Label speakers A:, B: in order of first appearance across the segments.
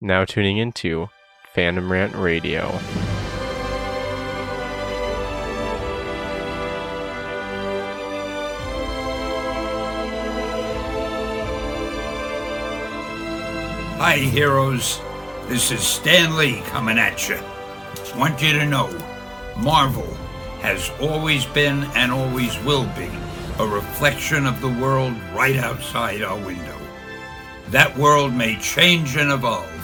A: now tuning into Phantom Rant Radio.
B: Hi, heroes. This is Stan Lee coming at you. Want you to know Marvel has always been and always will be a reflection of the world right outside our window. That world may change and evolve,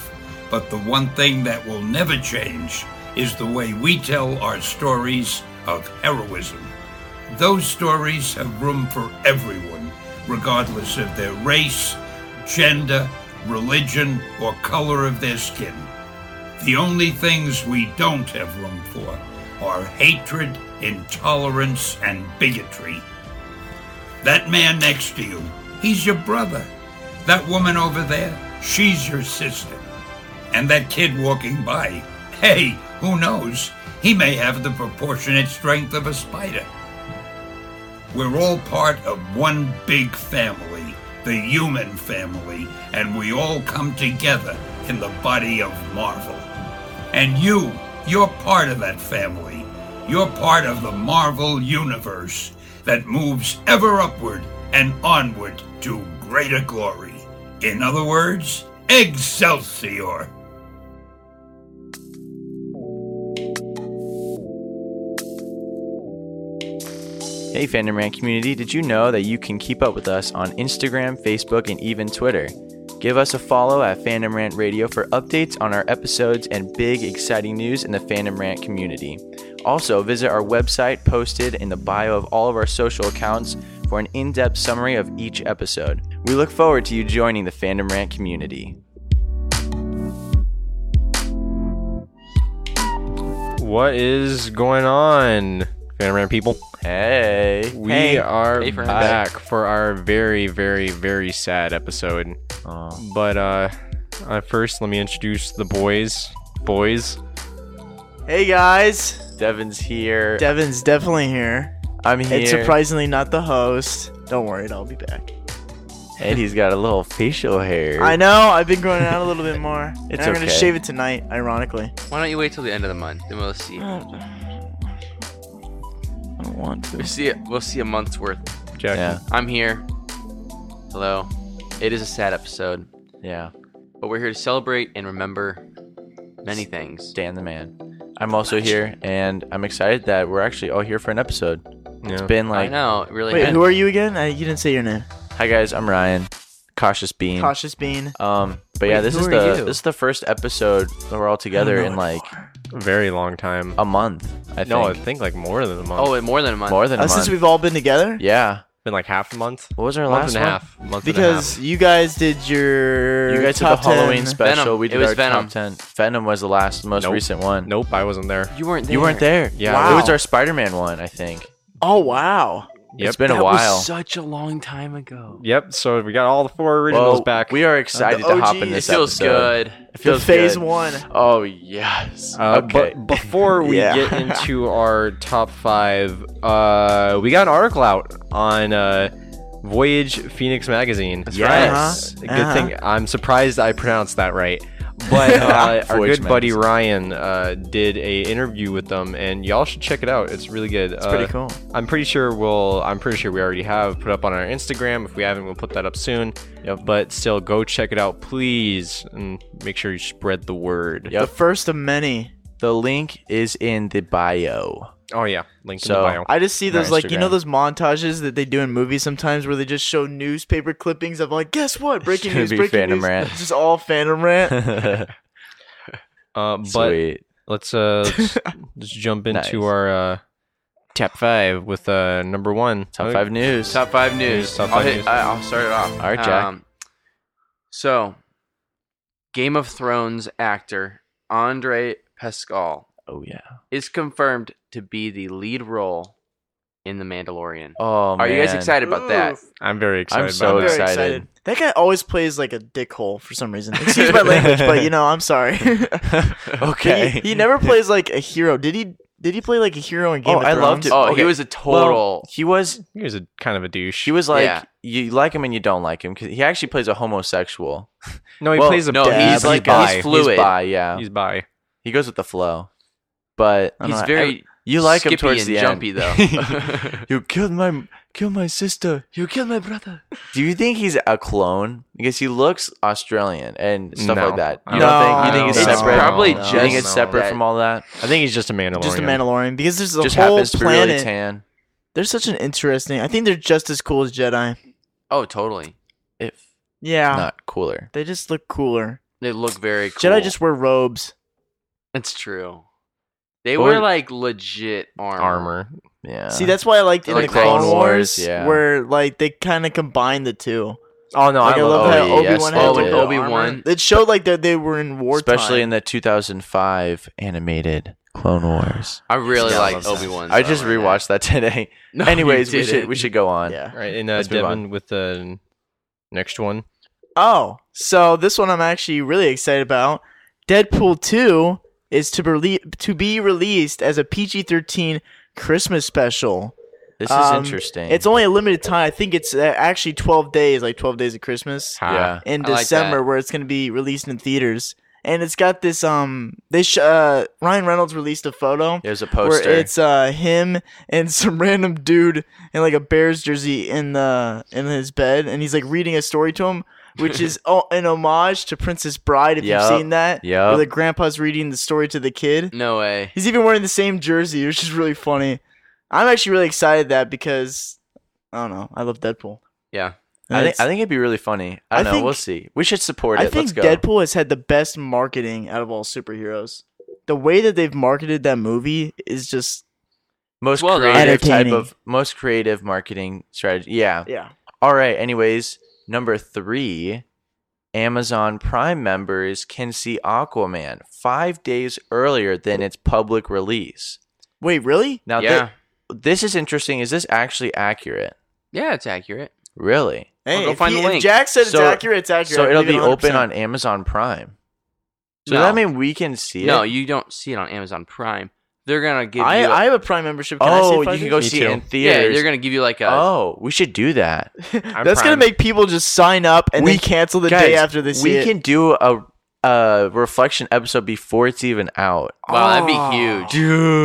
B: but the one thing that will never change is the way we tell our stories of heroism. Those stories have room for everyone, regardless of their race, gender, religion, or color of their skin. The only things we don't have room for are hatred, intolerance, and bigotry. That man next to you, he's your brother. That woman over there, she's your sister. And that kid walking by, hey, who knows? He may have the proportionate strength of a spider. We're all part of one big family, the human family, and we all come together in the body of Marvel. And you, you're part of that family. You're part of the Marvel universe that moves ever upward and onward to greater glory. In other words, Excelsior!
C: Hey, Fandom Rant community, did you know that you can keep up with us on Instagram, Facebook, and even Twitter? Give us a follow at Fandom Rant Radio for updates on our episodes and big, exciting news in the Fandom Rant community. Also, visit our website posted in the bio of all of our social accounts for an in depth summary of each episode. We look forward to you joining the Fandom Rant community.
A: What is going on, Phantom Rant people?
C: Hey!
A: We
C: Hey.
A: are
D: Hey, friends.
A: back for our very, very, very sad episode.
C: Aw.
A: But uh, uh first, let me introduce the boys. Boys,
E: Hey guys,
C: Devin's here.
E: Devin's definitely here.
C: I'm here.
E: It's surprisingly not the host. Don't worry, I'll be back.
C: And he's got a little facial hair.
E: I know I've been growing out a little bit more. and
C: It's
E: I'm gonna
C: okay.
E: shave it tonight, ironically.
D: Why don't you wait till the end of the month? Then we'll see.
E: I don't want
D: We'll
E: to.
D: see. We'll see a month's worth.
A: Jack.
C: Yeah.
D: I'm here. Hello. It is a sad episode,
C: Yeah.
D: but we're here to celebrate and remember many things.
C: Dan the man. I'm also here, and I'm excited that we're actually all here for an episode.
A: Yeah.
C: It's been
D: I
C: like,
D: know. It really.
E: Wait,
D: has-
E: who are you again? I, you didn't say your name.
C: hi guys, I'm Ryan, cautious bean.
E: Cautious Bean.
C: Um, but yeah,
D: Wait,
C: this
D: who
C: is
D: are
C: the
D: you?
C: this is the first episode that we're all
E: Oh,
C: together in like
E: Uh,
A: very long time.
C: a month. Oh, I
A: no, I
C: think
A: think like more than a month.
D: Oh, wait, more than a month.
C: more than a
E: Uh,
C: month.
E: since we've all been together.
C: yeah.
A: been like half a month.
C: What was our
A: month
C: last
A: and a
C: one?
A: half. Month
E: Because you guys did your
C: You guys did the
E: top 10.
C: Halloween special.
D: Venom.
C: We
D: It
C: did
D: was
C: our
D: Venom.
C: top ten. Venom was the last, most
A: Nope.
C: recent
A: and
C: one.
A: a half. Nope, I wasn't there.
D: You weren't. There.
C: You weren't there.
A: Yeah.
C: It
E: Wow.
C: was our Spider-Man one, I think.
E: Oh wow.
A: Yep.
C: It's been
D: That
C: a
D: was
C: while.
D: such a long time ago.
A: Yep. So we got all the four originals
C: Well,
A: back.
C: We are excited
E: The
C: to hop
E: OG.
C: in
D: It
C: this
D: feels
C: episode.
D: good.
C: It feels
E: the phase
C: good.
E: one.
C: Oh yes.
A: Uh,
C: okay.
A: But before we
E: Yeah.
A: get into our top five, uh, we got an article out on uh, Voyage Phoenix magazine.
C: That's right.
A: Yes,
E: Uh-huh.
A: good
E: Uh-huh.
A: thing. I'm surprised I pronounced that right. But uh, our
C: Voyage
A: good buddy
C: magazine.
A: Ryan uh, did a interview with them, and y'all should check it out. It's really good. It's
E: Pretty cool.
A: I'm pretty sure we'll. I'm pretty sure we already have put up on our Instagram. If we haven't, we'll put that up soon.
C: Yep.
A: But still, go check it out, please, and make sure you spread the word.
C: Yep.
E: The first of many.
C: the link is in the bio.
A: Oh yeah, link in
C: So,
A: the bio.
E: I just see
C: Not
E: those like you know
C: Instagram.
E: those montages that they do in movies sometimes where they just show newspaper clippings of like guess what breaking
C: Should
E: news
C: be
E: breaking
C: Phantom
E: news
C: Rant.
E: It's just all phantom rant
A: Uh, but
C: Sweet.
A: let's uh let's, let's jump into
C: Nice.
A: our uh, top five with uh number one.
C: Top
A: Uh,
C: five news.
D: Top five news.
A: Top
D: I'll,
A: five
D: hit,
A: news.
D: I, I'll start it off. Um,
C: All right, Jack.
D: so, Game of Thrones actor Andre Pascal
C: Oh yeah.
D: is confirmed to be the lead role in The Mandalorian.
C: Oh
D: Are you guys excited about that?
E: Ooh,
A: I'm very excited.
C: I'm so
E: I'm
A: about
E: very
A: that.
C: excited.
E: That guy always plays like a dickhole for some reason. Excuse my language, but you know I'm sorry.
C: okay.
E: he, he never plays like a hero. Did he? Did he play like a hero in Game
C: Oh,
E: of
C: I
E: Thrones?
C: loved it.
D: Oh,
C: Okay.
D: he was a total.
C: He was
A: He was a kind of a douche.
C: he was like
D: Yeah.
C: yeah. you like him and you don't like him because he actually plays a homosexual.
A: No, he
C: Well,
A: plays a
C: no,
A: dad,
C: he's
A: but
C: like
A: bi.
C: he's fluid. bi, yeah,
A: He's bi.
C: he goes with the flow. But I don't
D: He's
C: know, I-
D: very
C: you like him
D: Uh, skippy
C: towards
D: and
C: the
D: jumpy
C: end.
D: though.
C: you killed my killed my sister. You killed my brother. Do you think he's a clone? Because he looks Australian and stuff
A: No.
C: like that.
A: I
C: You
A: don't
C: don't think
A: think-
C: you think
A: I
C: it's
A: don't
C: separate?
A: know.
D: probably
A: No,
D: just
C: you think it's
A: no.
C: separate from all that?
A: I think he's just a Mandalorian.
E: Just a Mandalorian because there's a
C: Oh, Just
E: whole
C: happens to be really
E: planet.
C: tan.
E: They're such an interesting. I think they're just as cool as Jedi.
D: oh, totally.
C: If
E: Yeah,
C: not cooler.
E: they just look cooler.
D: They look very cool.
E: Jedi just wear robes.
D: That's true. They
C: What
D: were
C: would-
D: like legit armor.
A: armor.
C: Yeah.
E: See, that's why I liked in
D: Like
E: the Clone
D: Clone
C: Wars,
E: Wars,
C: yeah.
E: where like they kind of combined the two.
A: Oh no,
E: Like,
A: I, love,
E: how
A: that.
C: it. Oh, yeah,
E: Obi Wan
C: yes,
E: had
C: oh,
E: like,
C: and
E: the
D: Obi-Wan.
E: armor. It showed like that they were in war,
C: especially in the 2005 animated Clone Wars.
D: I really
C: Yeah, I
D: like
C: love
D: Obi Wan.
C: I just rewatched that today. Anyways, we should we should go on.
E: yeah.
A: Right, and uh,
C: Let's move
A: Devin with the next one.
E: Oh, so this one I'm actually really excited about. Deadpool 2 is to be rele- to be released as a PG-13 Christmas special.
C: This is
E: Um,
C: interesting.
E: It's only a limited time. I think it's uh, actually 12 days, like 12 days of Christmas
C: yeah.
E: in
D: I like
E: December
D: that.
E: where it's going to be released in theaters. And it's got this um this sh- uh Ryan Reynolds released a photo
C: There's a
E: where
C: poster.
E: it's uh him and some random dude in like a Bears jersey in the in his bed, and he's like reading a story to him, which is oh, an homage to Princess Bride. If
C: Yup.
E: you've seen that,
C: Yup.
E: where the grandpa's reading the story to the kid.
D: No way.
E: He's even wearing the same jersey, which is really funny. I'm actually really excited that because I don't know, I love Deadpool.
D: Yeah.
C: I think
E: It's-
C: I think it'd be really funny. I
E: I
C: don't know.
E: think-
C: we'll see. We should support it.
E: I think
C: Let's go.
E: Deadpool has had the best marketing out of all superheroes. The way that they've marketed that movie is just
C: most
D: Well, they-
C: creative type
E: Entertaining.
C: of most creative marketing strategy. Yeah.
E: yeah.
C: All right. Anyways, number three, Amazon Prime members can see Aquaman five days earlier than its public release.
E: Wait, really?
C: Now,
D: yeah.
C: thi- this is interesting. Is this actually accurate?
D: yeah, it's accurate.
C: Really?
E: Hey,
D: go
E: if,
D: find
E: he-
D: the
E: if
D: link.
E: Jack said it's
C: So-
E: accurate, it's accurate.
C: So
E: I
C: it'll
E: believe
C: be
E: it
C: open
E: 100%.
C: on Amazon Prime. So
D: no.
C: does that mean we can see it?
D: no, you don't see it on Amazon Prime. They're gonna give
E: I,
D: you. a-
E: I have a Prime membership. Can
C: oh,
E: I say
C: you can go
A: Me
C: see
A: too.
C: it in
D: yeah,
C: theaters.
D: they're gonna give you like a.
C: oh, we should do that.
A: I'm
E: That's gonna
A: Prime.
E: make people just sign up and
C: We-
E: then cancel the
C: Guys,
E: day after they see
C: we
E: it.
C: can do a a reflection episode before it's even out.
D: Wow, that'd be huge.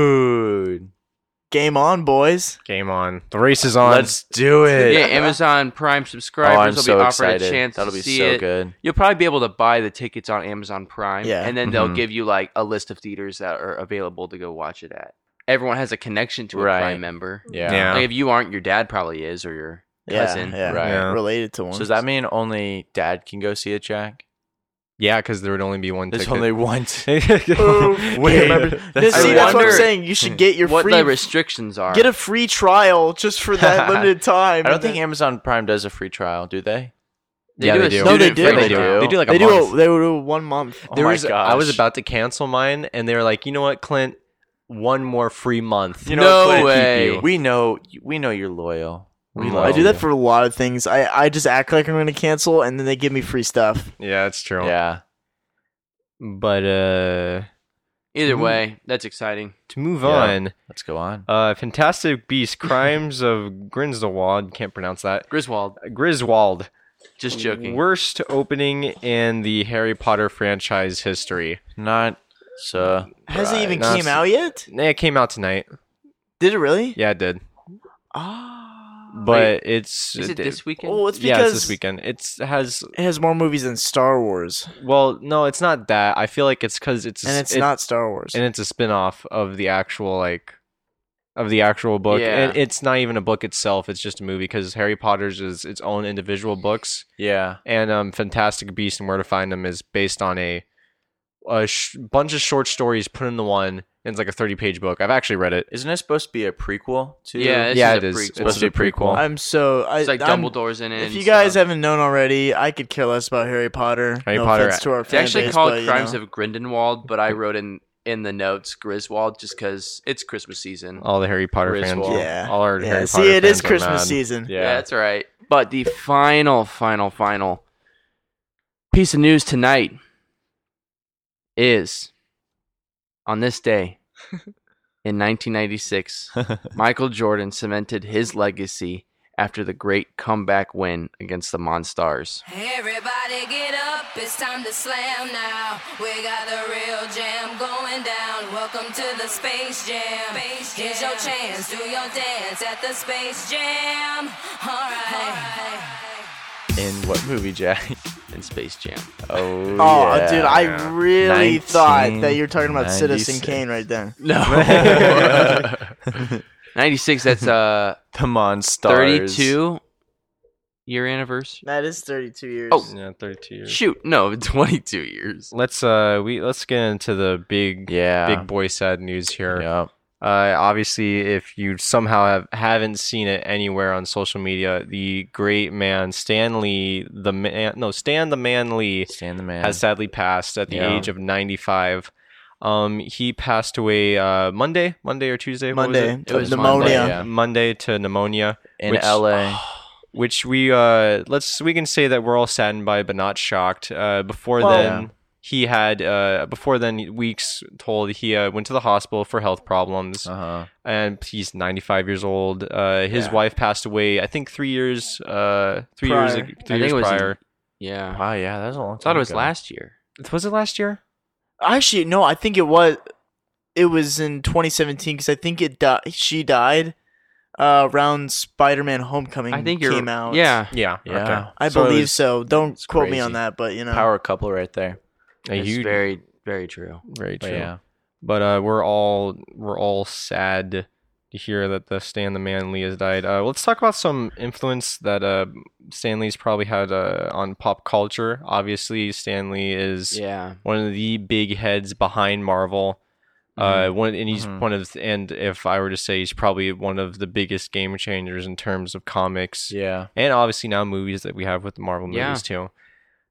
C: Dude,
E: Game on, boys!
A: Game on. The race is on.
C: let's do it.
D: Yeah, Amazon Prime
C: oh, I'm
D: subscribers will
C: so
D: be offered
C: excited.
D: a chance
C: That'll
D: to
C: be
D: see
C: so
D: it.
C: good.
D: You'll probably be able to buy the tickets on Amazon Prime,
E: Yeah.
D: and then they'll
A: Mhm.
D: give you like a list of theaters that are available to go watch it at. Everyone has a connection to a
C: Right.
D: Prime member.
A: Yeah.
D: Like if you aren't, your dad probably is, or your
E: Yeah,
D: cousin.
E: yeah,
C: right.
A: Yeah.
E: related to one.
C: So does that mean only dad can go see it, Jack?
A: yeah, because there would only be one.
C: There's
A: ticket.
C: only one. t-
A: Wait.
E: This-
C: I
E: see, that's what I'm
D: wonder-
E: saying. You should get your
D: what
E: free
D: the restrictions are.
E: get a free trial just for that limited time.
C: I don't
E: and
C: think
E: then-
C: Amazon Prime does a free trial, do they?
D: they
A: Yeah,
D: do
A: they
D: a
A: do.
E: No, they
D: student
E: do.
D: friendly
A: they do.
D: trial.
A: They do like
E: they
A: a
E: do.
A: month.
E: A, they would do one month.
C: Oh
A: There
C: my
A: was- I was
C: gosh.
A: about to cancel mine, and they were like, you know what, Clint, one more free month.
C: You
D: know,
C: know,
D: No
C: Clint,
D: way.
C: you- We know. We know you're loyal. We
A: Mm.
C: love
E: I do that
C: you.
E: for a lot of things. I, I just act like I'm going to cancel, and then they give me free stuff.
A: yeah, that's true.
C: Yeah.
A: But uh,
E: Mm-hmm.
D: Either way, that's exciting.
A: to move
C: Yeah.
A: on,
C: Let's go on.
A: uh, Fantastic Beasts: Crimes of Grindelwald. Can't pronounce that.
D: Griswold,
A: Griswold.
D: just joking.
A: Worst opening in the Harry Potter franchise history.
C: Not so.
E: Has it
A: Right.
E: even
A: No,
E: came
A: it's-
E: out yet?
A: Nah, It came out tonight.
E: Did it really?
A: Yeah, it did.
E: Ah.
A: But it's
D: is it this weekend?
E: Well, it's
A: yeah,
E: because
A: it's this weekend. It's it has
E: it has more movies than Star Wars,
A: well, no, it's not that. I feel like it's because it's a
E: and
A: s-
E: it's
A: it-
E: not Star Wars.
A: and it's a spin-off of the actual like of the actual book
D: Yeah.
A: and it's not even a book itself it's just a movie because harry potter's is its own individual books
C: Yeah.
A: and um fantastic beasts and where to find them is based on a a sh- bunch of short stories put into one and it's like a 30 page book i've actually read it
C: Isn't it supposed to be a prequel to?
D: Yeah, it's- This
A: yeah
D: is
A: it
D: a
A: is
D: prequel.
A: it's
C: supposed to be a prequel.
E: I'm so I,
D: It's like
E: I'm-
D: Dumbledore's in it.
E: If
D: and
E: you guys
D: stuff.
E: haven't known already, I could care less about Harry Potter.
A: Harry
E: no
A: Potter-
E: offense to our
D: it's
E: fan
D: actually
E: base, but,
D: called
E: you
D: Crimes
E: know.
D: of Grindelwald, but I wrote in in the notes Griswold just because it's Christmas season.
E: Oh,
A: all the harry potter
C: Griswold.
A: fans
E: Yeah.
A: all our
E: Yeah,
A: harry
E: see,
A: potter
E: it is
A: fans are
E: Christmas
A: mad.
E: season.
D: Yeah. that's all right. But the final, final, final piece of news tonight is on this day in 1996, Michael Jordan cemented his legacy after the great comeback win against the Monstars.
F: Everybody get up, it's time to slam now. We got the real jam going down. Welcome to the Space Jam. Here's your chance, do your dance at the Space Jam. Alright.
C: In what movie, Jack?
D: in Space Jam.
C: Oh,
E: Oh,
C: yeah.
E: dude, I really thought that you were talking about
C: 1996.
E: Citizen Kane right then.
D: No. 96, that's uh
C: the Monstars.
D: 32 year anniversary.
E: That is 32 years.
D: Oh.
A: Yeah, 32 years.
D: Shoot, no, 22 years.
A: Let's uh we let's get into the big
C: Yeah.
A: big boy sad news here.
C: Yep.
A: Uh, obviously, if you somehow have, haven't seen it anywhere on social media, the great man Stan Lee, the man, no Stan the Man Lee,
C: Stand the man.
A: has sadly passed at the
C: Yeah.
A: age of 95. Um, he passed away uh, Monday, Monday or Tuesday. what was
E: Monday.
A: it?
E: It
C: was
E: pneumonia.
C: Monday, yeah.
A: Monday to pneumonia,
C: in
A: which-
C: LA.
D: Oh,
A: which we uh, let's we can say that we're all saddened by, but not shocked. Uh, before
E: Well-
A: then, he had uh, before then weeks told he uh, went to the hospital for health problems
C: Uh huh.
A: and he's 95 years old. Uh, his
C: Yeah.
A: wife passed away, I think, three years, uh, three years,
E: Prior.
A: ag- three
D: I think
A: years
D: it was in-
A: prior.
D: Yeah. I
C: Wow, yeah, that was a long time.
D: thought it was
C: ago.
D: last year.
A: Was it last year?
E: Actually, no, I think it was it was in 2017 cuz I think it di- she died uh, around Spider-Man Homecoming
D: I think you're
E: came out.
D: Yeah.
A: Yeah,
C: Yeah.
E: I
A: So it
E: believe
A: was-
E: so. Don't
C: it's
E: quote me
C: crazy.
E: on that, but you know.
C: Power couple right there.
A: a
D: it's
A: huge, very,
D: very very true.
C: But
A: true.
C: yeah.
A: But uh, we're all we're all sad to hear that the Stan the Man Lee has died. Uh, let's talk about some influence that uh, Stan Lee's probably had uh, on pop culture. Obviously, Stan Lee is
D: Yeah.
A: one of the big heads behind Marvel. Uh,
D: Mm-hmm.
A: one and he's
C: Mhm.
A: one of and if I were to say he's probably one of the biggest game changers in terms of comics
C: Yeah.
A: and obviously now movies that we have with the Marvel movies
D: Yeah.
A: too.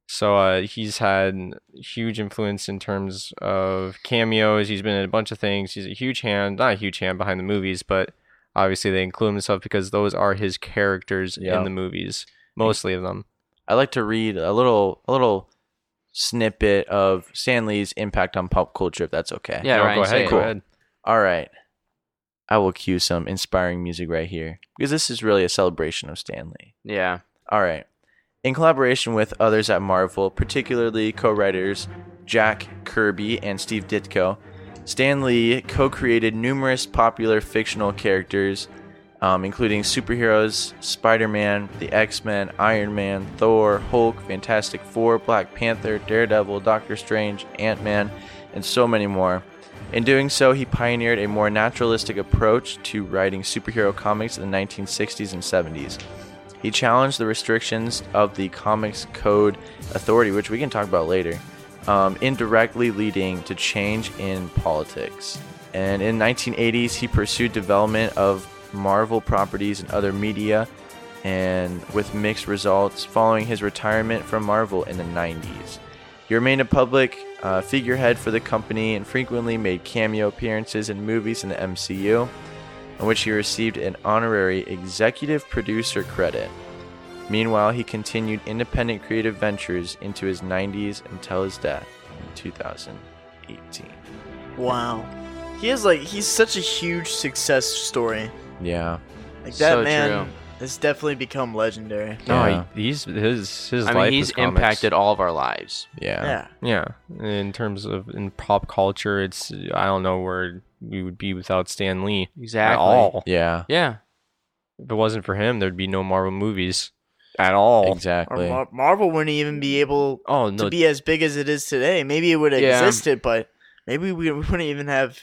A: So uh, he's had huge influence in terms of cameos. He's been in a bunch of things. He's a huge hand, not a huge hand behind the movies, but obviously they include himself because those are his characters
C: Yeah.
A: in the movies, mostly of them.
C: I like to read a little a little snippet of Stanley's impact on pop culture, if that's okay.
D: Yeah,
A: No,
D: Ryan,
A: go
D: say
A: ahead,
D: it.
A: go
D: Cool.
A: ahead.
C: All right. I will cue some inspiring music right here because this is really a celebration of Stanley.
D: Yeah.
C: All right. In collaboration with others at Marvel, particularly co writers Jack Kirby and Steve Ditko, Stan Lee co created numerous popular fictional characters, um, including superheroes, Spider Man, the X Men, Iron Man, Thor, Hulk, Fantastic Four, Black Panther, Daredevil, Doctor Strange, Ant Man, and so many more. In doing so, he pioneered a more naturalistic approach to writing superhero comics in the 1960s and 70s. He challenged the restrictions of the Comics Code Authority, which we can talk about later, um, indirectly leading to change in politics. And in 1980s, he pursued development of Marvel properties and other media, and with mixed results. Following his retirement from Marvel in the 90s, he remained a public uh, figurehead for the company and frequently made cameo appearances in movies in the MCU in which he received an honorary executive producer credit. Meanwhile, he continued independent creative ventures into his 90s until his death in 2018.
E: Wow. He is like he's such a huge success story.
C: Yeah.
E: Like that
D: So
E: man
D: true.
E: has definitely become legendary.
A: No,
C: Yeah.
A: he, he's his his
D: I
A: life.
D: mean, he's
A: is comics.
D: impacted all of our lives.
C: Yeah.
E: Yeah.
A: Yeah, in terms of in pop culture, it's I don't know where we would be without Stan Lee
D: Exactly.
A: at all.
C: Yeah,
D: Yeah.
A: If it wasn't for him, there'd be no Marvel movies at all.
E: Or
C: Exactly.
E: Mar- Marvel wouldn't even be able
A: Oh
E: to
A: no,
E: be as big as it is today. Maybe it would have
D: Yeah.
E: existed, but maybe we, we wouldn't even have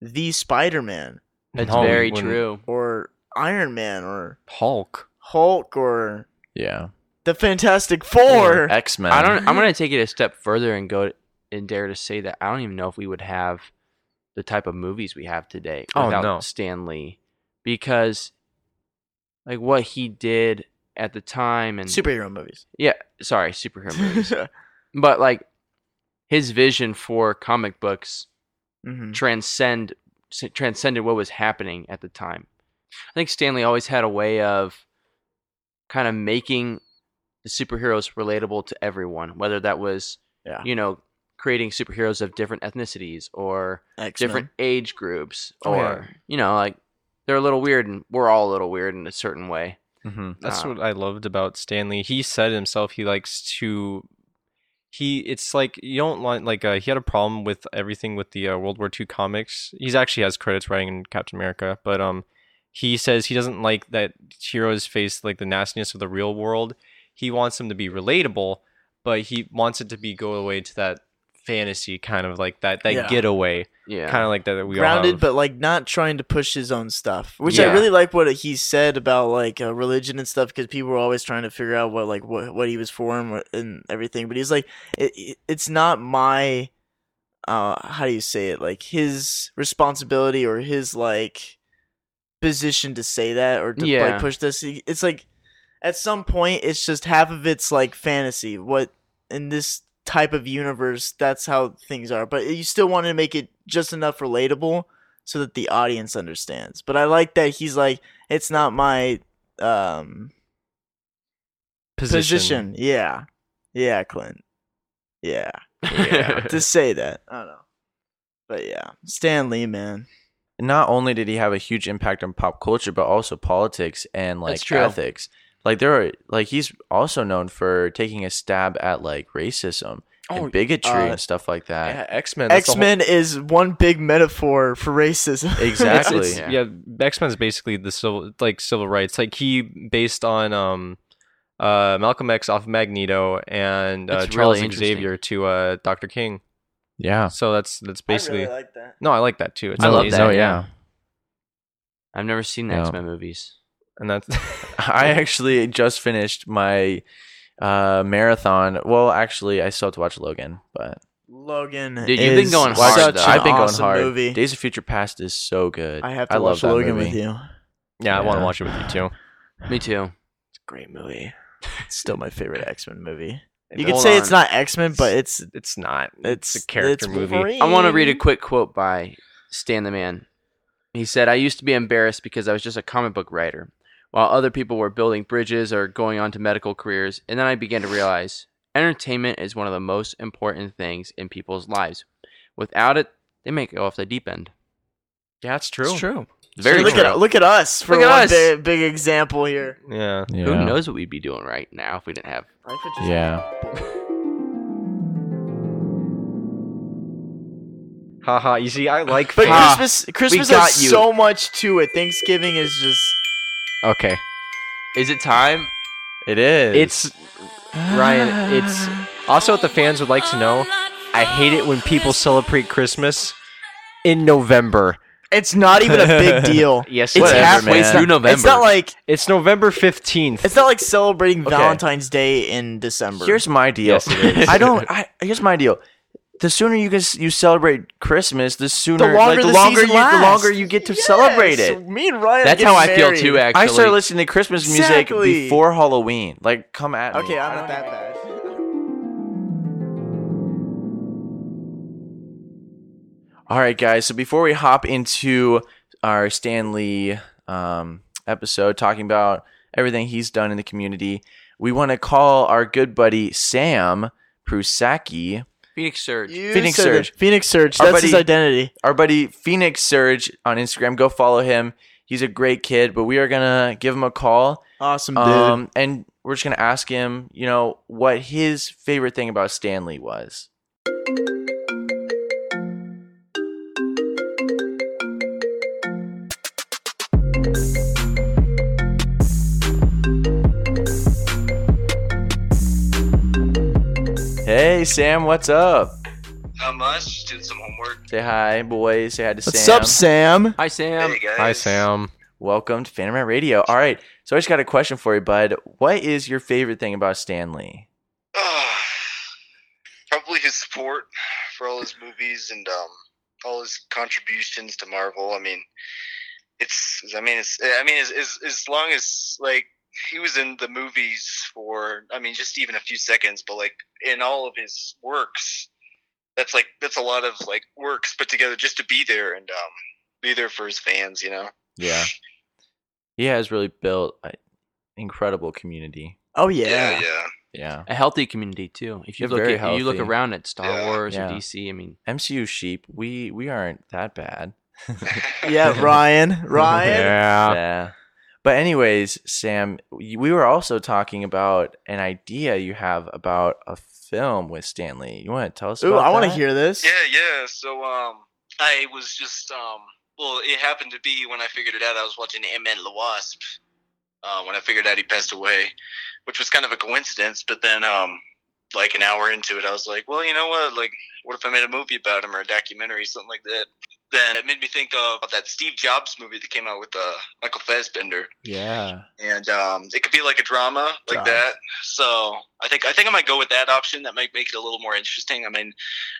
E: the Spider Man
D: It's
A: no, we
D: very
A: wouldn't.
D: true.
E: or Iron Man or
A: Hulk.
E: Hulk or
C: Yeah.
E: the Fantastic Four.
C: X Men.
D: I don't. I'm gonna take it a step further and go and dare to say that I don't even know if we would have the type of movies we have today
A: Oh,
D: without
A: no.
D: Stan Lee, because like what he did at the time and
E: Superhero movies.
D: yeah, sorry, superhero movies, but like his vision for comic books
E: Mhm.
D: transcend s- transcended what was happening at the time. I think Stanley always had a way of kind of making the superheroes relatable to everyone, whether that was
E: Yeah.
D: you know creating superheroes of different ethnicities or
E: X-Men.
D: different age groups
A: Oh,
D: or
A: yeah.
D: you know like they're a little weird, and we're all a little weird in a certain way.
C: Mm-hmm.
A: That's
E: Ah.
D: Uh,
A: what I loved about Stanley. He said himself he likes to. He it's like you don't like like uh, he had a problem with everything with the uh, World War II comics. He's actually has credits writing in Captain America, but um, he says he doesn't like that heroes face like the nastiness of the real world. He wants them to be relatable, but he wants it to be go away to that fantasy kind of like that that
E: Yeah.
A: getaway
D: Yeah,
A: kind of like that, that we all
E: grounded
A: have.
E: but like not trying to push his own stuff which i
D: Yeah.
E: really like what he said about like uh, religion and stuff because people were always trying to figure out what like what, what he was for and, what, and everything but he's like it, it- it's not my uh how do you say it like his responsibility or his like position to say that or to
D: Yeah.
E: like push this He- it's like at some point it's just half of it's like fantasy what in this type of universe that's how things are but you still want to make it just enough relatable so that the audience understands but i like that he's like it's not my um position, yeah yeah clint yeah
D: yeah.
E: to say that i don't know but yeah stan lee man
C: not only did he have a huge impact on pop culture, but also politics and
D: That's
C: like
D: true.
C: ethics. Like there are like he's also known for taking a stab at like racism
A: Oh,
C: and bigotry
E: uh,
C: and stuff like that.
A: Yeah, X Men.
E: x-men is one big metaphor for racism
C: Exactly.
A: It's- it's- yeah, X Men is basically the civil like civil rights. Like he based on um, uh, Malcolm X off Magneto and uh,
D: That's
A: Charles
D: really interesting.
A: Xavier to uh, Doctor King.
C: yeah.
A: So that's that's basically.
E: like that
A: no, I like that too. It's
D: I love
A: amazing.
D: that,
C: No,
D: yeah.
C: yeah.
D: I've never seen the
C: Yeah.
D: X Men movies.
A: and that's
C: I actually just finished my uh marathon. Well, actually I still have to watch Logan, but
E: Logan.
D: Dude, you've been
E: is
D: going
C: Watch-
D: hard,
E: Such
D: though.
E: an
C: I've been
E: awesome
C: going hard.
E: movie.
C: Days of Future Past is so good.
E: I have to
C: I love
E: watch
C: that
E: Logan
C: movie.
E: with you.
A: yeah, I want
C: Yeah.
A: to watch it with you too.
D: Me too.
E: Great movie. It's still my favorite X Men movie.
A: And
E: You could
A: hold
E: say it's
A: on.
E: not X Men, but it's
A: It's not.
E: it's
A: It's, a character
E: it's
A: movie.
E: Wolverine.
D: I want to read a quick quote by Stan the Man. He said, I used to be embarrassed because I was just a comic book writer, while other people were building bridges or going on to medical careers. And then I began to realize entertainment is one of the most important things in people's lives. Without it, they may go off the deep end.
A: Yeah, it's true.
E: It's true.
D: Very
E: look
D: true.
E: at look at us for
D: Look at
E: one
D: us.
E: Big, big example here.
A: Yeah.
C: Yeah.
D: Who knows what we'd be doing right now if we didn't have.
E: Life would just-
C: Yeah.
A: Haha. You see, I like.
E: But
A: fun.
E: Christmas Christmas
D: got
E: has
D: you.
E: so much to it. Thanksgiving is just
A: okay.
D: Is it time?
C: It is.
A: It's Ryan. It's also what the fans would like to know. I hate it when people celebrate Christmas in November.
E: it's not even a big deal.
A: Yes,
E: It's
C: Whatever,
E: halfway
C: man.
E: through
D: Through November.
E: It's not like
A: It's November fifteenth.
E: it's not like celebrating Valentine's Day in December.
C: Here's my deal.
A: Yes, it is.
C: I don't. I, here's my deal. The sooner you can, you celebrate Christmas, the sooner
E: the longer
C: like,
E: the,
C: the longer
E: season
C: you the
E: lasts.
C: longer you get to celebrate
E: Yes,
C: it.
E: Me and Ryan. are
D: That's how I
E: getting
D: feel
E: married.
D: too, actually.
C: I started listening to Christmas music
E: Exactly.
C: before Halloween. Like, come at me.
E: Okay,
C: I
E: I'm
C: don't
E: not that bad.
C: All right, guys. So before we hop into our Stanley um, episode, talking about everything he's done in the community, we want to call our good buddy Sam Prusaki,
D: Phoenix Surge.
E: You
C: Phoenix
E: said it.
C: Surge.
E: Phoenix Surge.
C: Our
E: That's his
C: buddy-
E: identity.
C: our buddy Phoenix Surge on Instagram. Go follow him. He's a great kid, but we are gonna give him a call.
E: Awesome dude.
C: Um, and we're just gonna ask him, you know, what his favorite thing about Stanley was. Hey Sam, what's up?
G: Not much. Did some homework.
C: Say hi, boys. Say hi to
E: What's
C: Sam.
E: up, Sam?
D: Hi, Sam.
G: hey guys.
A: Hi, Sam.
C: Welcome to Phantom Rant Radio. All right, so I just got a question for you, bud. What is your favorite thing about Stanley?
G: Ah, probably his support for all his movies and um, all his contributions to Marvel. I mean, it's. I mean, it's. I mean, as as as long as like he was in the movies for. I mean, just even a few seconds, but like in all of his works, that's like that's a lot of like works put together just to be there and um, be there for his fans. You know.
C: Yeah, he has really built an incredible community.
E: Oh yeah.
G: yeah.
C: Yeah,
D: A healthy community, too. If you,
C: They're
D: look,
C: very
D: at, you look
C: healthy.
D: around at Star
G: Yeah.
D: Wars
C: Yeah.
D: or DC, I mean,
C: MCU sheep, we we aren't that bad.
E: yeah, Ryan. Ryan.
D: Ah.
A: Yeah.
C: Yeah. But anyways, Sam, y- we were also talking about an idea you have about a film with Stanley. You want to tell us?
E: Ooh,
C: about
E: I want to
C: that?
E: hear this.
G: Yeah, yeah. So um, I was just um, well, it happened to be when I figured it out. I was watching Ant-Man and the Wasp. Uh, when I figured out he passed away, which was kind of a coincidence. But then, um, like an hour into it, I was like, well, you know what? Like, what if I made a movie about him or a documentary, something like that? Then it made me think of that Steve Jobs movie that came out with uh, Michael Fassbender.
C: Yeah.
G: and um, it could be like a drama like
E: Drama.
G: that. So I think I think I might go with that option. That might make it a little more interesting. I mean,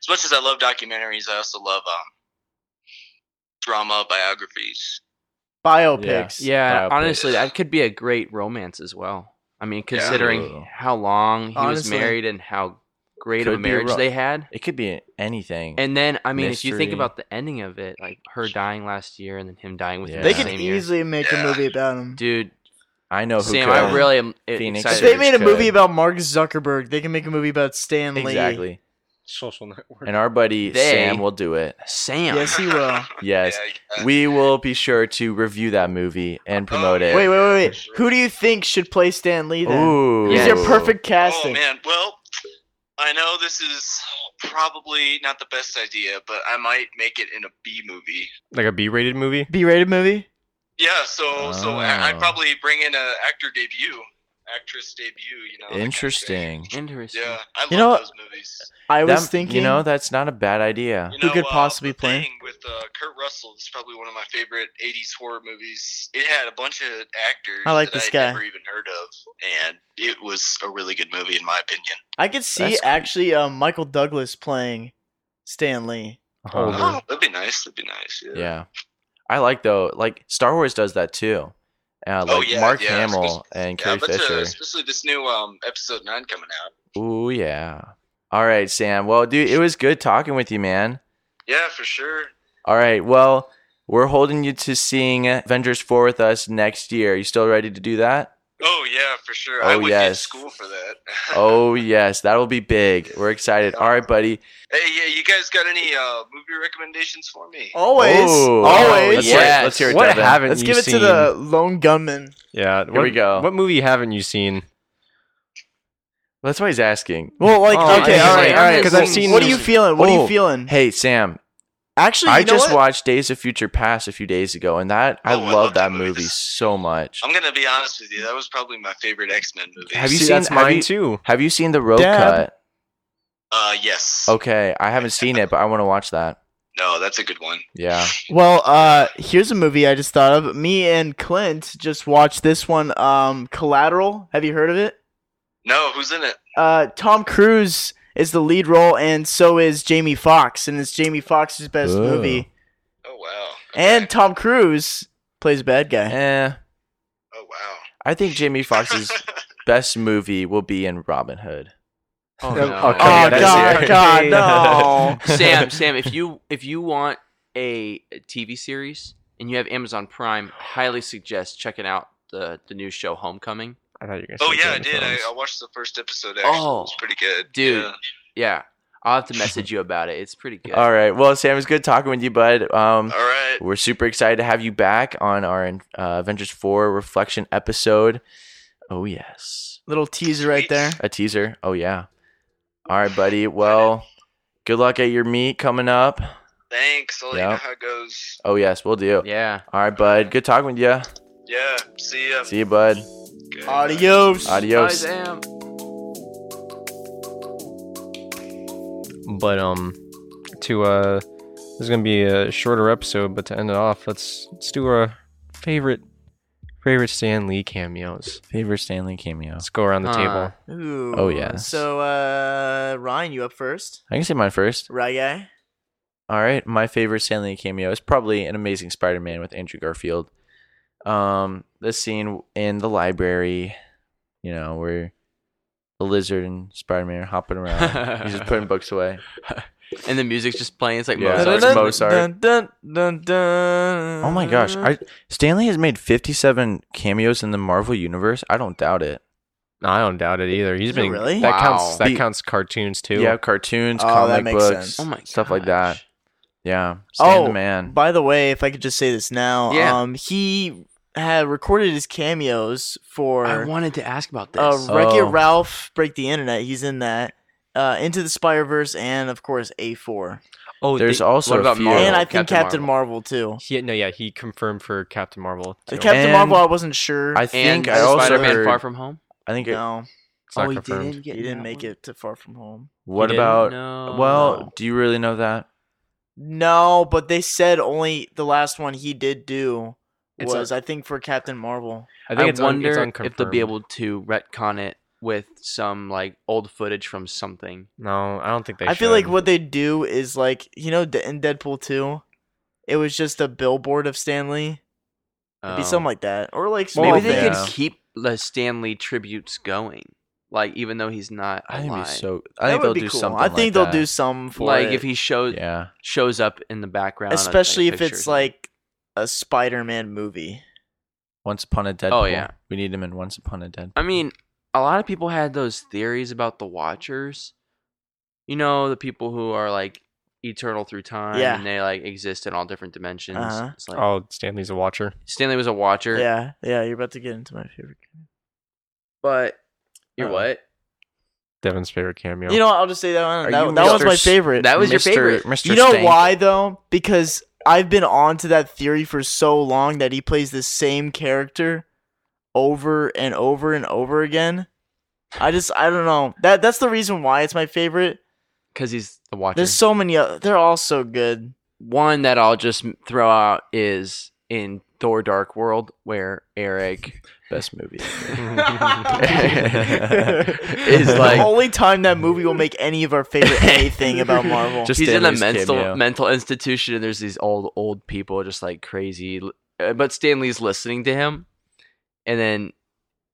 G: as much as I love documentaries, I also love um, drama biographies.
E: Biopics.
D: Yeah, and
C: Biopic.
D: honestly, that could be a great romance as well. I mean, considering
C: Ooh.
D: how long he was
E: Honestly.
D: married and how great of a
C: Could be a
D: marriage
C: ro-
D: they had.
C: It could be anything.
D: And then, I mean, if you think
C: Mystery.
D: about the ending of it, like her dying last year and then him dying within
C: Yeah.
E: They
D: the
E: could
D: same year.
E: easily make a
G: Yeah.
E: movie about him.
D: Dude,
C: I know who
D: Sam,
C: could.
D: I really am e-
C: Phoenix
E: If
D: excited.
E: they
C: Sanders
E: made a movie
C: could.
E: about Mark Zuckerberg, they can make a movie about Stan Lee.
C: exactly.
A: Social network.
C: And our buddy
D: They-
C: Sam will do it.
D: Sam.
E: Yes, he will.
C: Yes.
G: Yeah,
C: We will be sure to review that movie and promote it.
E: Wait, wait, wait, wait. Who do you think should play Stan Lee then?
C: Ooh.
E: Who's
D: Yes.
E: your perfect
G: Oh
E: casting?
G: man, well, I know this is probably not the best idea, but I might make it in a B movie.
A: Like a B-rated movie.
E: B-rated movie?
G: Yeah, so so I,
C: Oh.
G: I'd probably bring in a actor debut, actress debut. You know, that kind of thing.
C: Interesting.
D: Interesting.
G: Yeah, I love
E: You know-
G: those movies.
E: I was
C: That-
E: thinking.
C: You know, that's not a bad idea.
G: You
E: Who
G: uh,
E: could possibly
G: the
E: play?
G: Thing with uh, Kurt Russell. It's probably one of my favorite '80s horror movies. It had a bunch of actors
E: I like
G: that
E: this
G: I'd
E: guy.
G: never even heard of, and it was a really good movie in my opinion.
E: I could see
C: That's-
E: actually um, Michael Douglas playing Stan Lee.
A: Older.
C: Uh-huh.
G: Oh, that'd be nice. That'd be nice. Yeah.
C: Yeah. I like though, like Star Wars does that too. Uh, like
G: Oh, yeah,
C: Mark
G: yeah,
C: Hamill
G: especially-
C: and
G: Yeah,
C: Carrie
G: but uh,
C: Fisher.
G: especially this new um, episode nine coming out.
C: Ooh yeah. All right, Sam. Well, dude, it was good talking with you, man.
G: Yeah, for sure.
C: All right. Well, we're holding you to seeing Avengers 4 with us next year. you still ready to do that?
G: Oh yeah, for sure. I
C: Oh,
G: would get
C: yes.
G: school for that.
C: Oh, yes. That'll be big. We're excited. All right, buddy.
G: hey, yeah, you guys got any uh, movie recommendations for me?
E: Always.
C: Oh,
E: always.
C: Let's,
D: yeah.
C: hear it. Let's hear it,
A: What
C: Devin.
A: haven't
E: Let's
A: you
E: give it to
A: seen?
E: the lone gunman.
A: Yeah.
C: Here we
A: what-
C: go.
A: What movie haven't you seen?
C: That's why he's asking.
E: Well, like,
A: Oh,
E: okay,
A: I
E: all
A: mean,
E: right,
A: like,
E: all right.
A: 'cause I've seen
E: What are you
A: those-
E: feeling? What are
C: Oh,
E: you feeling?
C: Hey, Sam.
E: Actually,
C: I
E: you know
C: just
E: what?
C: watched Days of Future Past a few days ago, and that I
G: Oh, I
C: love,
G: love
C: that
G: that movie.
C: movie so much.
G: I'm gonna be honest with you. That was probably my favorite X-Men movie.
C: Have you
A: See,
C: seen-
A: that's
C: have
A: mine
C: you-
A: too?
C: Have you seen the road
E: Dad.
C: cut?
G: Uh, yes.
C: Okay, I haven't seen it, but I want to watch that.
G: No, that's a good one.
C: Yeah.
E: Well, uh, here's a movie I just thought of. Me and Clint just watched this one, um, Collateral. Have you heard of it?
G: No, who's in it?
E: Uh, Tom Cruise is the lead role, and so is Jamie Foxx, and it's Jamie Foxx's best
C: Ooh.
E: movie.
G: Oh wow.
E: And Tom Cruise plays bad guy.
C: Eh,
G: Oh wow.
C: I think Jamie Foxx's best movie will be in Robin Hood.
D: Oh,
E: Yeah,
D: no.
C: okay,
E: Oh
C: that's
E: God,
C: it.
E: God, no!
D: Sam, Sam, if you if you want a TV series and you have Amazon Prime, highly suggest checking out the the new show Homecoming.
A: I thought you were gonna
G: oh
A: say
G: yeah, I
A: Game of
G: did. I,
A: Thrones.
G: I watched the first episode. Actually, it was
D: Oh,
G: pretty good,
D: dude.
G: Yeah.
D: Yeah, I'll have to message you about it. It's pretty good.
C: All right. Well, Sam, it's good talking with you, bud. Um,
G: All right.
C: we're super excited to have you back on our uh, Avengers 4 reflection episode. Oh, yes.
E: Little teaser right there.
C: A teaser. Oh, yeah. All right, buddy. Well, good luck at your meet coming up.
G: Thanks. I'll let you
C: Yeah.
G: know how it goes.
C: Oh, yes, we'll do.
D: Yeah.
C: All right, bud. Good talking with you.
G: Yeah. See ya.
C: See you, bud.
G: Good.
E: Adios.
D: Bye,
C: Adios.
D: Sam.
A: But um, to uh, this is gonna be a shorter episode, but to end it off, let's let's do our favorite favorite Stan Lee cameos.
C: Favorite Stanley cameo.
A: Let's go around the
D: Huh.
A: table.
E: Ooh.
C: Oh, yes.
E: So, uh, Ryan, you up first?
C: I can say mine first.
E: Right guy.
C: All right, my favorite Stanley cameo is probably an Amazing Spider-Man with Andrew Garfield. Um, the scene in the library, you know, where the lizard and Spider-Man are hopping around. He's just putting books away.
D: And the music's just playing. It's like
C: Yeah.
D: Mozart.
C: Dun, dun,
E: Dun, dun, dun, dun.
C: Oh my gosh, I, Stanley has made fifty-seven cameos in the Marvel universe. I don't doubt it.
A: No, I don't doubt it either. He's
E: Is it
A: been
E: really?
A: that
D: Wow.
A: counts. That
C: Be-
A: counts cartoons too.
C: Yeah, cartoons,
E: Oh, that
C: comic
E: makes
C: books,
E: sense.
D: Oh my
C: stuff like that.
D: gosh.
C: Yeah. Stan the
E: Oh,
C: man.
E: By the way, if I could just say this now,
D: Yeah.
E: um, he had recorded his cameos
D: I
E: for
D: wanted to ask about this.
E: uh, Wreck It
C: Oh.
E: Ralph, Break the Internet. He's in that. Uh, Into the Spider Verse, and of course A4,
A: Oh,
C: There's
A: they-
C: also
D: what
C: a
D: about
C: few.
D: Marvel?
E: and I think
D: Captain
E: Captain Marvel, too.
D: Marvel.
A: He, no, yeah, he confirmed for Captain Marvel.
E: The
A: too.
E: Captain
C: And-
E: Marvel, I wasn't sure.
C: I
D: and
C: think I also
D: Spider-Man
C: heard-
D: Far From Home.
C: I think. it-
E: no,
A: It's not
D: oh, he
A: confirmed.
D: didn't
E: he
D: get
E: didn't
D: that
E: make
D: one?
E: it to Far From Home.
C: What
A: didn't?
C: about?
D: No.
C: well,
E: no.
C: do you really know that?
E: No, but they said only the last one he did do
A: It's a-
E: was, I think, for Captain Marvel.
A: I
D: I,
A: think it's un- it's
D: wonder if they'll
A: unconfirmed.
D: be able to retcon it with some like old footage from something.
A: No, I don't think they.
E: I feel like
A: should.
E: what they do is like you know De- in Deadpool two, it was just a billboard of Stanley, it'd be
D: Um,
E: something like that, or like
C: Well,
E: small
D: maybe they
E: things.
D: could keep the Stanley tributes going, like even though he's not
C: I think it'd
D: alive.
C: be so. I
E: That
C: think
E: would
C: they'll
E: be
C: do
E: cool.
C: something.
E: I think
C: like
E: they'll
C: that.
E: do some for
D: like
E: it,
D: if he shows
C: Yeah.
D: shows up in the background, of, like,
E: especially if
D: pictures.
E: it's like a Spider Man movie.
C: Once upon a Deadpool.
D: Oh, yeah.
C: We need him in Once Upon a Deadpool.
D: I mean, a lot of people had those theories about the Watchers. You know, the people who are like eternal through time
E: Yeah.
D: and they like exist in all different dimensions.
E: Uh-huh.
D: It's like
A: Oh, Stanley's a watcher.
D: Stanley was a Watcher.
E: Yeah, yeah, you're about to get into my favorite.
D: but you're
E: Uh-oh.
D: what?
A: Devin's favorite cameo.
E: You know, what, I'll just say that one.
C: Are
E: That,
C: you
E: that was
C: Mr.
E: my
C: S-
E: favorite.
D: That was your favorite.
C: Mr.
E: you know
C: Stank.
E: why though? Because I've been on to that theory for so long that he plays the same character over and over and over again. I just I don't know. That that's the reason why it's my favorite.
D: Because he's the Watcher.
E: There's so many oth- they're all so good.
D: One that I'll just m- throw out is in Thor Dark World, where Eric
C: Best movie. Oh,
D: is
E: the
D: like.
E: only time that movie will make any of our favorite anything about Marvel.
C: Just
D: He's in a
C: Stanley's
D: mental,
C: cameo.
D: mental institution, and there's these old, old people just like crazy. l- uh, But Stanley's listening to him, and then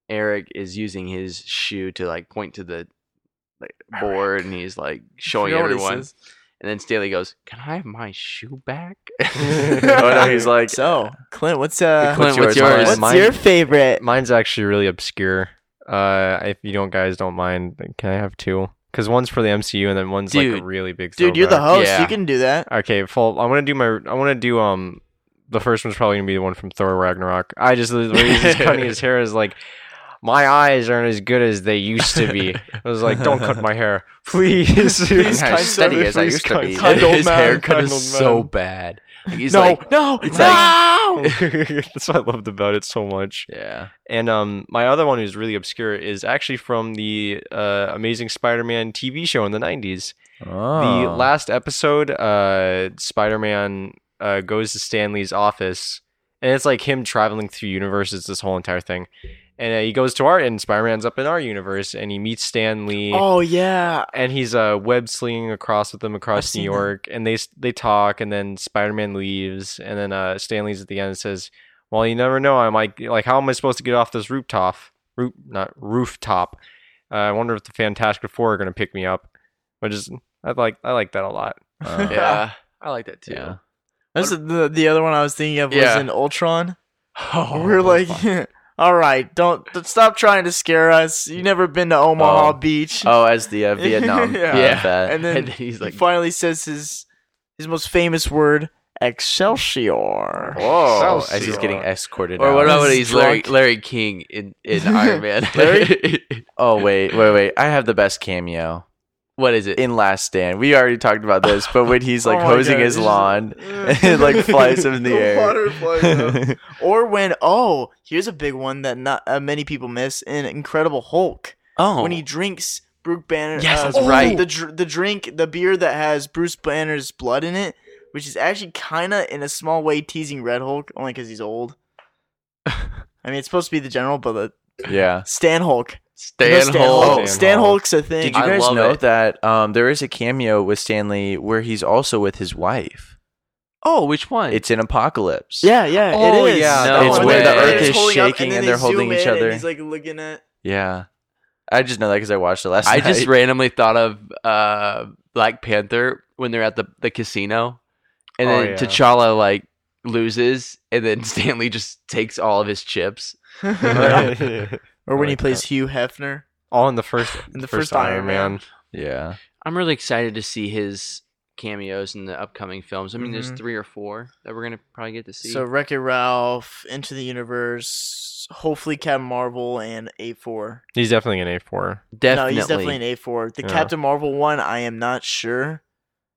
D: Eric is using his shoe to like point to the like, board, and he's like showing
E: Forgot what he
D: everyone.
E: says.
D: And then Stanley goes, "Can I have my shoe back?"
C: oh no, he's like.
E: So, Clint, what's uh
D: Clint, what's
C: what's
D: yours?
C: yours?
E: what's
A: mine-
E: your favorite?
A: Mine's actually really obscure. Uh, if you don't guys don't mind, can I have two? Because one's for the MCU and then one's like
D: Dude.
A: a really big.
E: Dude, you're the
A: throwback.
E: host.
D: Yeah.
E: You can do that.
A: Okay, full. I want to do my. I want to do um. The first one's probably gonna be the one from Thor Ragnarok. I just the way he's just cutting his hair is like, my eyes aren't as good as they used to be. I was like, don't cut my hair, please.
E: Please
D: Not
E: cut
D: as steady
E: Summer,
D: as I
E: please
D: used to
E: cut
D: be.
E: Summer. Kind old
D: His
E: man,
D: haircut
A: kind
D: is
A: old
D: so
A: man.
D: bad. He's
E: no,
D: like,
E: no,
D: it's
E: no.
A: That's what I loved about it so much.
C: Yeah.
A: And um, my other one who's really obscure is actually from the uh, Amazing Spider-Man TV show in the '90s.
C: Oh.
A: The last episode, uh, Spider-Man uh, goes to Stanley's office, and it's like him traveling through universes. This whole entire thing, and uh, he goes to our and Spider-Man's up in our universe, and he meets Stanley.
E: Oh yeah,
A: And he's uh, web slinging across with them across New
E: seen that.
A: York, and they s- they talk, and then Spider-Man leaves, and then uh, Stanley's at the end and says, "Well, you never know. I'm like, like, how am I supposed to get off this rooftop? Roof, not rooftop. Uh, I wonder if the Fantastic Four are gonna pick me up." Which is, I like, I like that a lot.
C: Uh,
D: yeah, I like that too.
C: Yeah.
E: that's the the other one I was thinking of was
D: Yeah.
E: in Ultron.
D: Oh,
E: we are like, all right, don't th- stop trying to scare us. You never been to Omaha
C: Oh.
E: Beach,
C: Oh, as the uh, Vietnam.
E: Yeah.
C: uh,
D: Yeah.
C: vet.
E: and then
D: and he's
E: he
D: like,
E: finally says his his most famous word, Excelsior.
D: whoa.
A: Celsius.
C: as he's getting escorted
D: Or
C: out.
D: what about
E: This
D: when
E: is
D: he's Larry,
E: drunk.
D: Larry King in, in Iron Man?
E: Larry?
C: Oh wait, wait, wait! I have the best cameo
D: what is it?
C: in Last Stand. We already talked about this, but when he's like
E: Oh my
C: hosing
E: God,
C: his
E: it's just-
C: lawn, it like flies him in the,
E: The
C: air.
E: water flies up. or when oh, here's a big one that not uh, many people miss in Incredible Hulk.
D: oh,
E: when he drinks Bruce Banner.
D: Yes,
E: uh,
D: that's right.
E: The dr- the drink, the beer that has Bruce Banner's blood in it, which is actually kind of in a small way teasing Red Hulk, only because he's old. I mean, it's supposed to be the general, but the
C: yeah.
E: Stan Hulk. You know
D: Stan Hall.
A: Hulk.
E: Stan
A: Stan Hulk.
E: Hulk's a thing.
C: Did you
D: I
C: guys
D: love
C: know
D: it.
C: that um, there is a cameo with Stanley where he's also with his wife?
D: Oh, which one?
C: It's an apocalypse.
E: yeah, yeah,
A: Oh,
E: it is.
A: yeah,
D: No
C: it's
D: way.
C: where the
D: Yeah.
C: Earth
D: It's
C: is
E: holding up,
C: shaking
E: then
C: and
E: they
C: they're
E: zoom
C: holding each
E: in, and
C: other.
E: He's like looking at.
C: yeah, I just know that because I watched it last
D: I
C: night.
D: just randomly thought of uh, Black Panther when they're at the, the casino, and
A: Oh,
D: then
A: yeah.
D: T'Challa like loses, and then Stanley just takes all of his chips.
E: or when
C: I
E: he
C: like
E: plays
C: that.
E: Hugh Hefner.
A: All in the first,
E: In the first Iron Man.
C: yeah,
D: I'm really excited to see his cameos in the upcoming films. I mean, there's
E: Mhm.
D: three or four that we're gonna probably get to see.
E: So Wreck It Ralph, Into the Universe, hopefully Captain Marvel and A four.
A: He's definitely an A four.
D: definitely,
E: No, he's definitely an A four. The
A: Yeah.
E: Captain Marvel one, I am not sure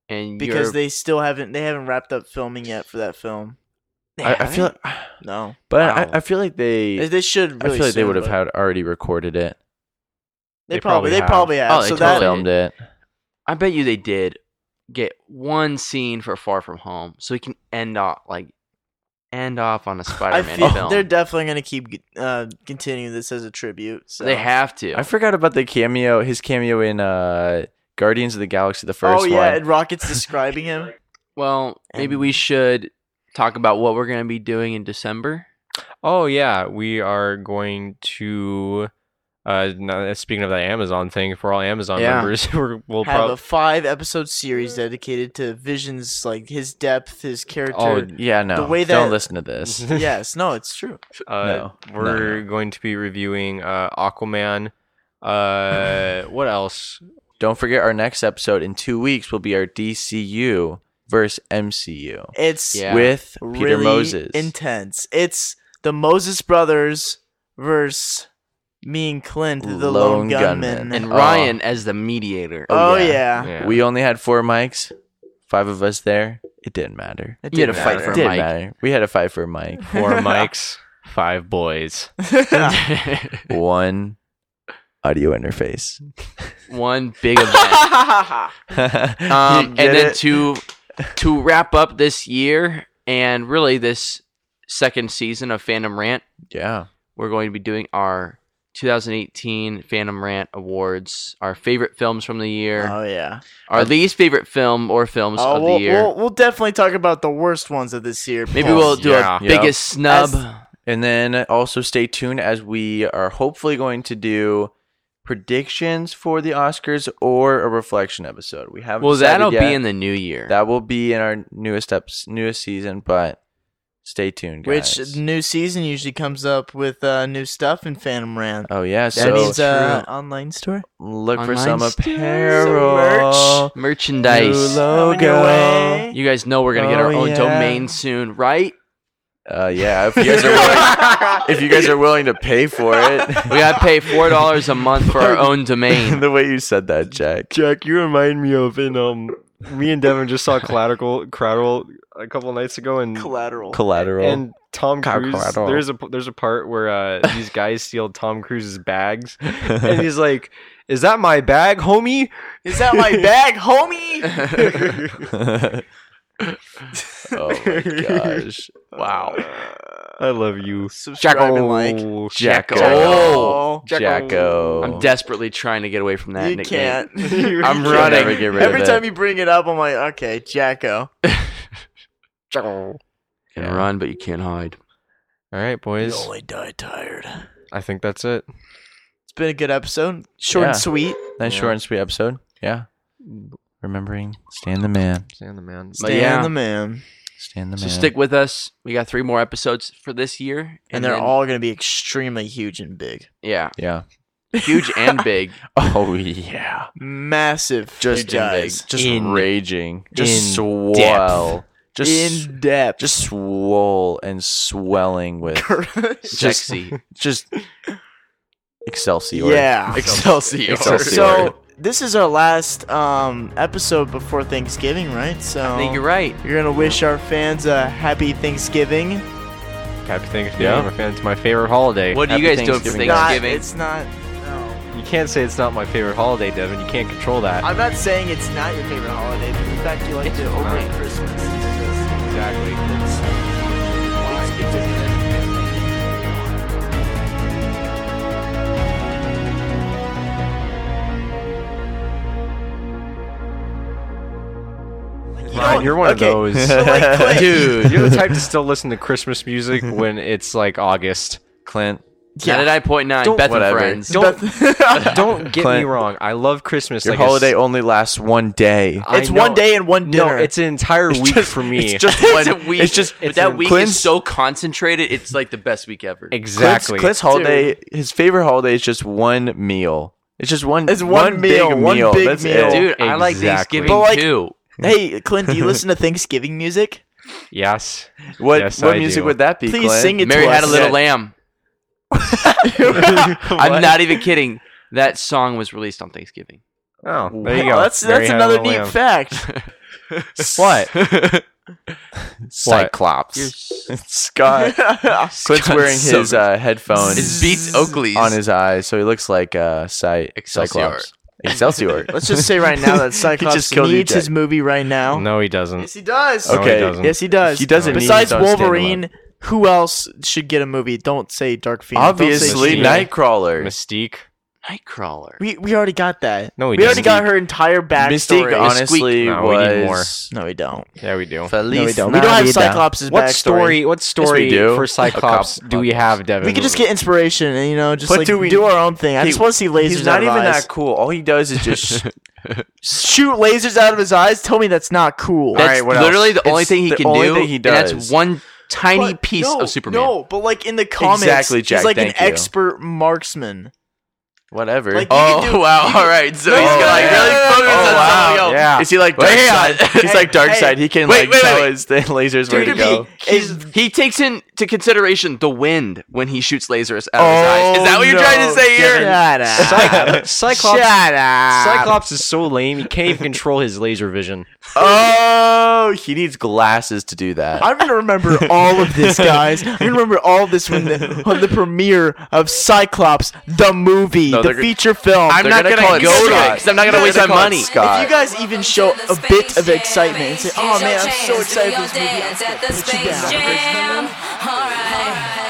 D: and
E: because
D: you're-
E: they still haven't they haven't wrapped up filming yet for that film.
C: I, I feel,
E: No,
C: but
D: Wow.
C: I, I feel like they,
E: they, they should.
C: I
E: Really
C: feel like they
E: soon,
C: would have
E: but
C: had already recorded it,
E: They,
A: they probably
E: probably, they
A: have.
E: probably have.
D: Oh, they
E: so
D: totally
E: that
D: have.
C: filmed it.
D: I bet you they did get one scene for Far From Home, so we can end off like end off on a
E: I
D: Spider-Man
E: feel
D: film.
E: they're definitely gonna keep uh, continuing this as a tribute. So.
D: They have to.
C: I forgot about the cameo, his cameo in uh, Guardians of the Galaxy, the
E: Oh
C: first
E: yeah,
C: one.
E: and Rocket's describing him.
D: well, maybe
E: And-
D: we should talk about what we're gonna be doing in December.
A: Oh yeah, we are going to. Uh, now, speaking of that Amazon thing, for all Amazon
D: Yeah.
A: members, we're, we'll
E: have a
A: probably.
E: five episode series dedicated to Vision's like his depth, his character.
A: Oh,
C: Yeah, no.
E: The way
C: don't
E: that-
C: listen to this.
E: yes, no, it's true.
A: Uh,
C: No, no,
A: we're going to be reviewing uh, Aquaman. Uh, what else?
C: Don't forget our next episode in two weeks will be our DCU versus MCU
E: It's
D: Yeah.
C: with
E: really
C: Peter Moses.
E: intense. It's the Moses brothers versus me and Clint, the
C: Lone
E: lone, gunman.
C: gunman.
D: And
C: Oh.
D: Ryan as the mediator.
E: oh yeah,
A: Yeah.
C: We only had four mics, five of us there. It didn't matter.
E: It
D: You had
E: didn't
D: a fight
E: matter.
D: for a
C: didn't
D: mic.
C: matter. We had a fight for a mic.
A: Four mics, five boys.
C: One audio interface.
D: one big event. um, and then to to wrap up this year and really this second season of Fandom Rant,
C: yeah.
D: we're going to be doing our 2018 Phantom Rant Awards, our favorite films from the year,
E: Oh yeah.
D: our least favorite film or films
E: Oh,
D: of
E: we'll,
D: the year.
E: we'll we'll definitely talk about the worst ones of this year.
D: Maybe
E: Paul.
D: we'll do
A: Yeah.
D: our biggest snub.
C: And then also stay tuned as we are hopefully going to do predictions for the Oscars or a reflection episode. We haven't
D: well,
C: decided
D: that'll
C: yet.
D: be in the new year.
C: that will be in our newest eps- newest season, but stay tuned, guys.
E: Which new season usually comes up with uh, new stuff in Phantom
D: Uh,
E: Rant.
C: oh yeah,
E: That
C: so
E: means uh, online store.
C: look for some
D: online stores, some
A: Oh,
C: apparel.
D: Merchandise.
C: New
E: Coming
C: logo.
E: your Oh, way.
D: Oh, You guys know we're gonna get
C: Oh,
D: our own
C: yeah.
D: domain soon, right?
C: Uh, yeah, if you guys are willing, if you guys are willing to pay for it,
D: We gotta pay four dollars a month for our own domain.
C: the way you said that, Jack.
A: Jack, you remind me of in um, me and Devin just saw Collateral, Collateral a couple nights ago, and
E: Collateral.
C: Collateral.
A: and Tom
C: Car-
A: Cruise.
C: collateral.
A: There's a there's a part where uh, these guys steal Tom Cruise's bags, and he's like, "Is that my bag, homie?"
E: Is that my bag, homie?
C: oh my gosh!
D: Oh, Wow.
A: I love you,
E: Subscribe and like.
A: Oh,
C: Jacko.
E: Oh,
C: Jacko.
D: I'm desperately trying to get away from that.
E: you
D: nickname.
E: can't.
C: I'm
E: You
C: running.
E: can't.
C: Never get rid of
E: Every
C: it.
E: time you bring it up, I'm like, okay, Jacko.
A: Jacko.
D: You
C: Yeah.
D: can run, but you can't hide.
A: All right, boys.
E: You only die tired.
A: I think that's it.
E: It's been a good episode. Short
C: Yeah.
E: and sweet.
C: Nice short and sweet episode. Yeah. Remembering, stand the man,
A: Stand the man.
D: But
E: Stand
D: yeah.
E: the man.
C: stand the
D: So
C: man.
D: stick with us. We got three more episodes for this year,
E: And, they're
D: then-
E: all going to be extremely huge and big.
D: yeah,
C: Yeah.
D: huge and big.
C: Oh yeah.
E: Massive.
C: Just
E: huge guys.
C: Just
A: In-
C: raging. Just
A: in
C: swell. Just
E: in depth.
C: just swole and swelling with
D: Sexy.
C: just excelsior.
E: yeah.
D: Excelsior.
C: Excelsior.
E: So this is our last um, episode before Thanksgiving, right? So
D: I think you're right.
E: You're gonna wish our fans a happy Thanksgiving.
A: Happy Thanksgiving,
C: Yeah.
A: my fan. It's my favorite holiday.
D: What are you
C: Happy
D: guys doing for
C: Thanksgiving,
D: Thanksgiving?
C: guys.
E: Not, it's not. No,
A: You can't say it's not my favorite holiday, Devin. You can't control that.
E: I'm not saying it's not your favorite holiday. But in fact, you like
D: It's
E: to over
D: mine.
E: Christmas. It's
A: exactly.
E: just- it's- it's- it's- You
A: Ryan,
E: don't-
A: you're one
E: okay,
A: of those.
E: so like, Clint,
C: Dude.
A: you're the type to still listen to Christmas music when it's like August.
C: Clint.
D: Now that I point nine,
A: Don't-
D: Beth
C: whatever.
D: and friends.
A: Don't don't get me
C: Clint.
A: wrong. I love Christmas.
C: Your
A: like it's-
C: holiday only lasts one day.
A: I
E: it's one
A: know-
E: day and one
A: No,
E: dinner.
A: it's an entire week for me.
C: It's just
D: It's
C: one
D: a week.
C: It's just
D: but that week
C: Clint's-
D: is so concentrated. It's like the best week ever.
C: Clint's,
A: exactly.
C: Clint's holiday, his favorite holiday is just one meal. It's just one.
E: It's one meal,
C: Big
E: one
C: meal.
E: big
C: That's
E: meal.
C: It.
D: Dude, I like
A: Exactly.
D: Thanksgiving
E: But, like-
D: too.
E: Hey, Clint, do you listen to Thanksgiving music?
A: Yes.
C: What
A: Yes,
C: what
A: I
C: music
A: do.
C: would that be?
E: Please
C: Clint?
E: sing it
D: Mary
E: to
D: had a
E: us.
D: little lamb. I'm
C: What?
D: not even kidding. That song was released on Thanksgiving.
A: Oh, there you
E: Wow,
A: go.
E: That's
A: There
E: that's
A: you have
E: another
A: the
E: neat
A: lamb.
E: fact.
C: What?
A: What?
C: Cyclops.
D: You're s-
C: Scott. Clint's
D: Scott's
C: wearing
D: so-
C: his uh, headphones
D: It beats Oakley's.
C: on his eyes, so he looks like uh, Cy-
D: Excelsior.
C: Cyclops. Excelsior.
E: Let's just say right now that Cyclops
C: just killed
E: needs
C: EJ.
E: his movie right now.
A: E No, he doesn't.
E: Yes, he does.
A: No, he
C: Okay.
A: doesn't.
E: Yes, he does.
C: He doesn't need
E: Besides
C: his own
E: Wolverine, who else should get a movie? Don't say Dark Phoenix. Don't say
C: Obviously,
E: Jean.
A: Mystique.
C: Nightcrawler.
A: Mystique.
D: Nightcrawler.
E: We we already got that.
A: No,
E: we
A: he
E: already
A: doesn't.
E: got her entire backstory.
C: Mystique honestly
A: No, we need
C: was.
E: no, we don't.
A: Yeah, we do.
C: Feliz
E: No, we don't. We don't have
C: Navidad.
E: Cyclops'
A: What
E: backstory.
A: story? What story
C: do. A
A: for Cyclops
C: couple
A: do we
C: podcasts.
A: have, Devin?
E: We could just get inspiration and you know just
C: What
E: like
C: do
E: do,
C: we-
E: our own thing. I
C: He-
E: just want to see lasers.
C: He's not
E: out of
C: even
E: eyes.
C: that cool. All he does is just.
E: shoot lasers out of his eyes. Tell me that's not cool.
D: That's
C: All right, what else?
D: literally the only
C: It's
D: thing he
C: the
D: can
C: only
D: do.
C: thing he
D: And
C: does.
D: that's one tiny
E: But
D: piece
E: no,
D: of Superman.
E: No, but like in the comics,
C: Exactly, Jack,
E: he's like an
C: thank you.
E: expert marksman.
C: Whatever.
E: Like, you
D: Oh
E: can do-
D: wow!
E: you can-
D: All right, so
C: Oh,
E: No,
D: he's
E: he's
D: gonna
E: got-
D: like
E: yeah,
D: really
E: yeah, yeah,
D: focus
E: yeah,
D: on
E: yeah.
D: something else.
A: Yeah.
C: Is he like Dark
D: Wait,
C: Side? He's
E: Hey,
C: like Dark
E: hey.
C: Side. He can
D: Wait,
C: like
D: wait,
C: tell
D: wait.
C: his th- lasers where
D: Dude,
C: to
D: it'd be-
C: go.
E: Is-
D: He takes into consideration the wind when he shoots lasers out of his eyes. Is that what you're
C: no,
D: trying to say here?
E: Shut up.
A: Cyclops.
E: Shut up.
A: Cyclops is so lame. He can't even control his laser vision.
C: Oh, he needs glasses to do that.
E: I'm gonna remember all of this, guys. I'm gonna remember all of this when the, on the premiere of Cyclops the movie,
C: No,
E: the
C: they're gonna-
E: feature film.
D: I'm
C: They're
D: not
C: gonna
D: gonna,
C: call it
D: go to it
C: Scott.
D: because I'm not gonna
C: They're
D: waste
C: gonna
D: my
C: call it
D: money.
C: Scott.
E: if you guys even show a bit of excitement and say, "Oh man, I'm so excited for this movie," I'll
F: At the
E: put you
F: Space
E: down.
F: Jam. All right.